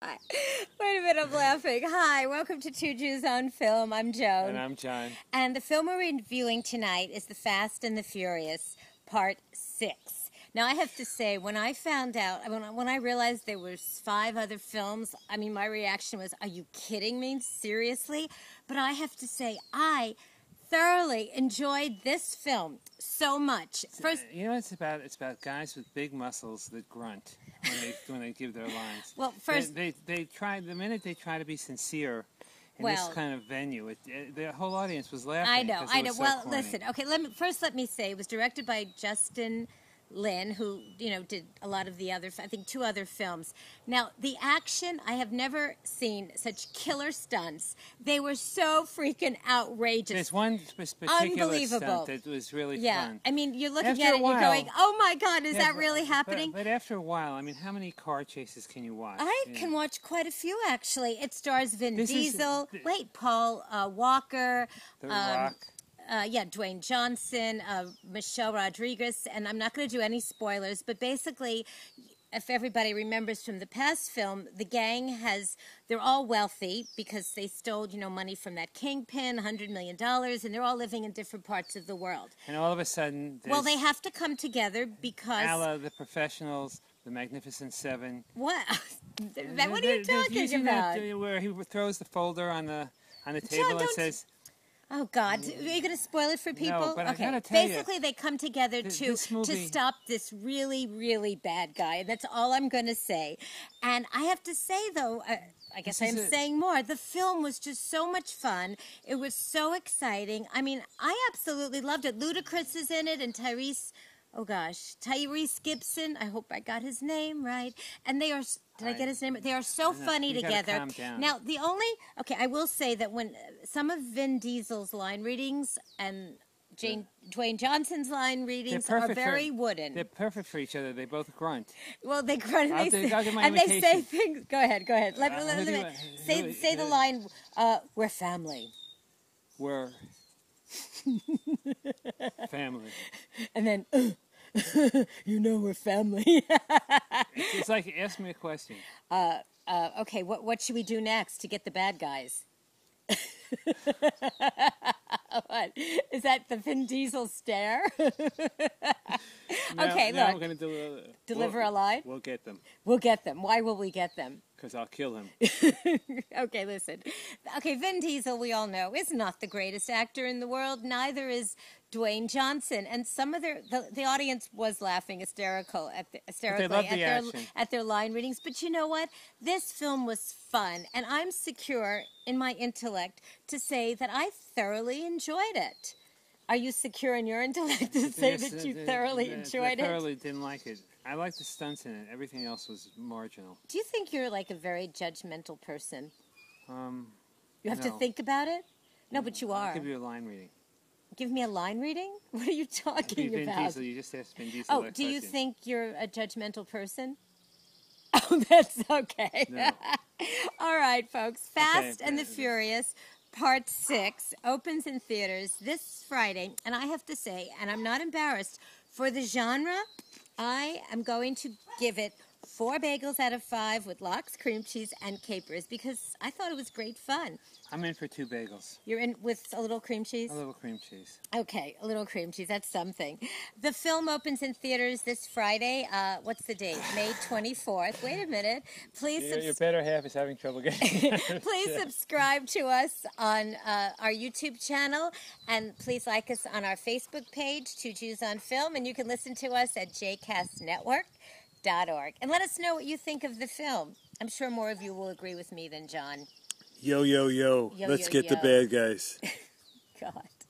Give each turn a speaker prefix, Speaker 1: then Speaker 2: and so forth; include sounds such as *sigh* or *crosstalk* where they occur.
Speaker 1: Hi. *laughs* Wait a minute, I'm laughing. Hi, welcome to Two Jews on Film. I'm Joan.
Speaker 2: And I'm John.
Speaker 1: And the film we're reviewing tonight is The Fast and the Furious, Part 6. Now, I have to say, when I found out, when I, when I realized there was five other films, I mean, my reaction was, are you kidding me? Seriously? But I have to say, I thoroughly enjoyed this film so much. First,
Speaker 2: Uh, You know what it's about? It's about guys with big muscles that grunt when they when they give their lines.
Speaker 1: Well, first-
Speaker 2: they, they they try the minute they try to be sincere in
Speaker 1: Well-
Speaker 2: this kind of venue. It, it, the whole audience was laughing.
Speaker 1: I know,
Speaker 2: 'cause it
Speaker 1: I know.
Speaker 2: was so
Speaker 1: well,
Speaker 2: corny.
Speaker 1: listen. Okay, let me first let me say it was directed by Justin Lin, who you know did a lot of the other, I think, two other films. Now the action, I have never seen such killer stunts. They were so freaking outrageous.
Speaker 2: There's one sp- particular
Speaker 1: Unbelievable.
Speaker 2: stunt that was really
Speaker 1: yeah,
Speaker 2: fun.
Speaker 1: I mean, you're looking
Speaker 2: After
Speaker 1: at it,
Speaker 2: a
Speaker 1: and you're
Speaker 2: while-
Speaker 1: going, "Oh my God, is
Speaker 2: Yeah,
Speaker 1: that
Speaker 2: but-
Speaker 1: really
Speaker 2: but-
Speaker 1: happening?"
Speaker 2: But, after a while, I mean, how many car chases can you watch?
Speaker 1: I
Speaker 2: You
Speaker 1: can
Speaker 2: know?
Speaker 1: watch quite a few actually. It stars Vin
Speaker 2: This is-
Speaker 1: Diesel.
Speaker 2: th-
Speaker 1: Wait, Paul uh, Walker.
Speaker 2: The
Speaker 1: um,
Speaker 2: Rock.
Speaker 1: uh, yeah, Dwayne Johnson, uh, Michelle Rodriguez, and I'm not going to do any spoilers, but basically, if everybody remembers from the past film, the gang has, they're all wealthy because they stole, you know, money from that kingpin, $100 million, and they're all living in different parts of the world.
Speaker 2: And all of a sudden, there's
Speaker 1: Well, they have to come together because.
Speaker 2: Ala, the professionals, the Magnificent Seven.
Speaker 1: What? *laughs* what are you
Speaker 2: There- there's
Speaker 1: talking
Speaker 2: usually that,
Speaker 1: about?
Speaker 2: uh, Where he throws the folder on the on the
Speaker 1: John,
Speaker 2: table and
Speaker 1: don't-
Speaker 2: says,
Speaker 1: Oh God, are you going to spoil it for people?
Speaker 2: but I
Speaker 1: okay.
Speaker 2: gotta tell you,
Speaker 1: Basically, they come together
Speaker 2: th-
Speaker 1: to
Speaker 2: this
Speaker 1: to
Speaker 2: movie-
Speaker 1: stop this really, really bad guy. That's all I'm going to say. And I have to say though, uh, I guess
Speaker 2: This
Speaker 1: I'm
Speaker 2: is a-
Speaker 1: saying more. The film was just so much fun. It was so exciting. I mean, I absolutely loved it. Ludacris is in it, and Tyrese. Oh gosh, Tyrese Gibson. I hope I got his name right. And they are. s- Did I
Speaker 2: I-
Speaker 1: get his name? They are so
Speaker 2: No,
Speaker 1: funny
Speaker 2: you gotta
Speaker 1: together.
Speaker 2: calm down.
Speaker 1: Now the only okay, I will say that when uh, some of Vin Diesel's line readings and Jane Dwayne Johnson's line readings are
Speaker 2: perfect for-
Speaker 1: very wooden.
Speaker 2: "They're perfect for each other. They both grunt."
Speaker 1: Well, they grunt and
Speaker 2: I'll
Speaker 1: they
Speaker 2: do-
Speaker 1: say,
Speaker 2: I'll do my
Speaker 1: and they say
Speaker 2: imitation.
Speaker 1: things. Go ahead, go ahead. Let,
Speaker 2: Uh,
Speaker 1: let,
Speaker 2: I'll
Speaker 1: let,
Speaker 2: do
Speaker 1: let-
Speaker 2: it.
Speaker 1: say
Speaker 2: Do
Speaker 1: say the
Speaker 2: it.
Speaker 1: line. Uh, we're family,
Speaker 2: We're
Speaker 1: *laughs*
Speaker 2: family.
Speaker 1: and then "Uh, *laughs* you know we're family. *laughs*
Speaker 2: It's like ask me a question.
Speaker 1: uh, okay, what what should we do next to get the bad guys? *laughs* what is that? The Vin Diesel stare. *laughs*
Speaker 2: Now-
Speaker 1: Okay,
Speaker 2: now
Speaker 1: look.
Speaker 2: I'm gonna deliver
Speaker 1: Deliver a
Speaker 2: we'll,
Speaker 1: lie?
Speaker 2: We'll get them
Speaker 1: we'll get them. Why will we get them?
Speaker 2: because I'll kill him.
Speaker 1: *laughs* okay, listen. Okay, Vin Diesel, we all know, is not the greatest actor in the world. Neither is Dwayne Johnson. And some of their the, the audience was laughing hysterical at the, hysterically
Speaker 2: love
Speaker 1: at
Speaker 2: the
Speaker 1: their
Speaker 2: action.
Speaker 1: at their line readings. But you know what? This film was fun, and I'm secure in my intellect to say that I thoroughly enjoyed it. Are you secure in your intellect to say
Speaker 2: Yes,
Speaker 1: that
Speaker 2: uh,
Speaker 1: you
Speaker 2: they-
Speaker 1: thoroughly
Speaker 2: they- they
Speaker 1: enjoyed it?
Speaker 2: Thoroughly didn't like it. I liked the stunts in it. Everything else was marginal.
Speaker 1: Do you think you're like a very judgmental person?
Speaker 2: Um,
Speaker 1: You have to
Speaker 2: No.
Speaker 1: think about it? No, but you are.
Speaker 2: I'll give you a line reading.
Speaker 1: Give me a line reading? *laughs* What are you talking
Speaker 2: Vin
Speaker 1: about?
Speaker 2: Diesel. You just asked Vin Diesel.
Speaker 1: oh,
Speaker 2: that
Speaker 1: do you
Speaker 2: question.
Speaker 1: think you're a judgmental person? *laughs* Oh, that's okay.
Speaker 2: No.
Speaker 1: *laughs* All right, folks. Fast and the
Speaker 2: okay.
Speaker 1: Furious Part 6 opens in theaters this Friday. And I have to say, and I'm not embarrassed, for the genre, I am going to give it four bagels out of five with lox, cream cheese, and capers because I thought it was great fun.
Speaker 2: I'm in for two bagels,
Speaker 1: You're in with a little cream cheese?
Speaker 2: a little cream cheese.
Speaker 1: Okay, a little cream cheese. That's something. The film opens in theaters this Friday. Uh, what's the date? May 24th. Wait a minute. Please,
Speaker 2: Your, your
Speaker 1: subs-
Speaker 2: better half is having trouble
Speaker 1: *laughs*
Speaker 2: getting.
Speaker 1: please subscribe to us on uh, our YouTube channel and please like us on our Facebook page, Two Jews on Film. And you can listen to us at jcastnetwork.org. And let us know what you think of the film. I'm sure more of you will agree with me than John. *laughs*
Speaker 3: Yo, yo, yo.
Speaker 1: Yo,
Speaker 3: Let's
Speaker 1: yo,
Speaker 3: get
Speaker 1: yo.
Speaker 3: the bad guys.
Speaker 1: God.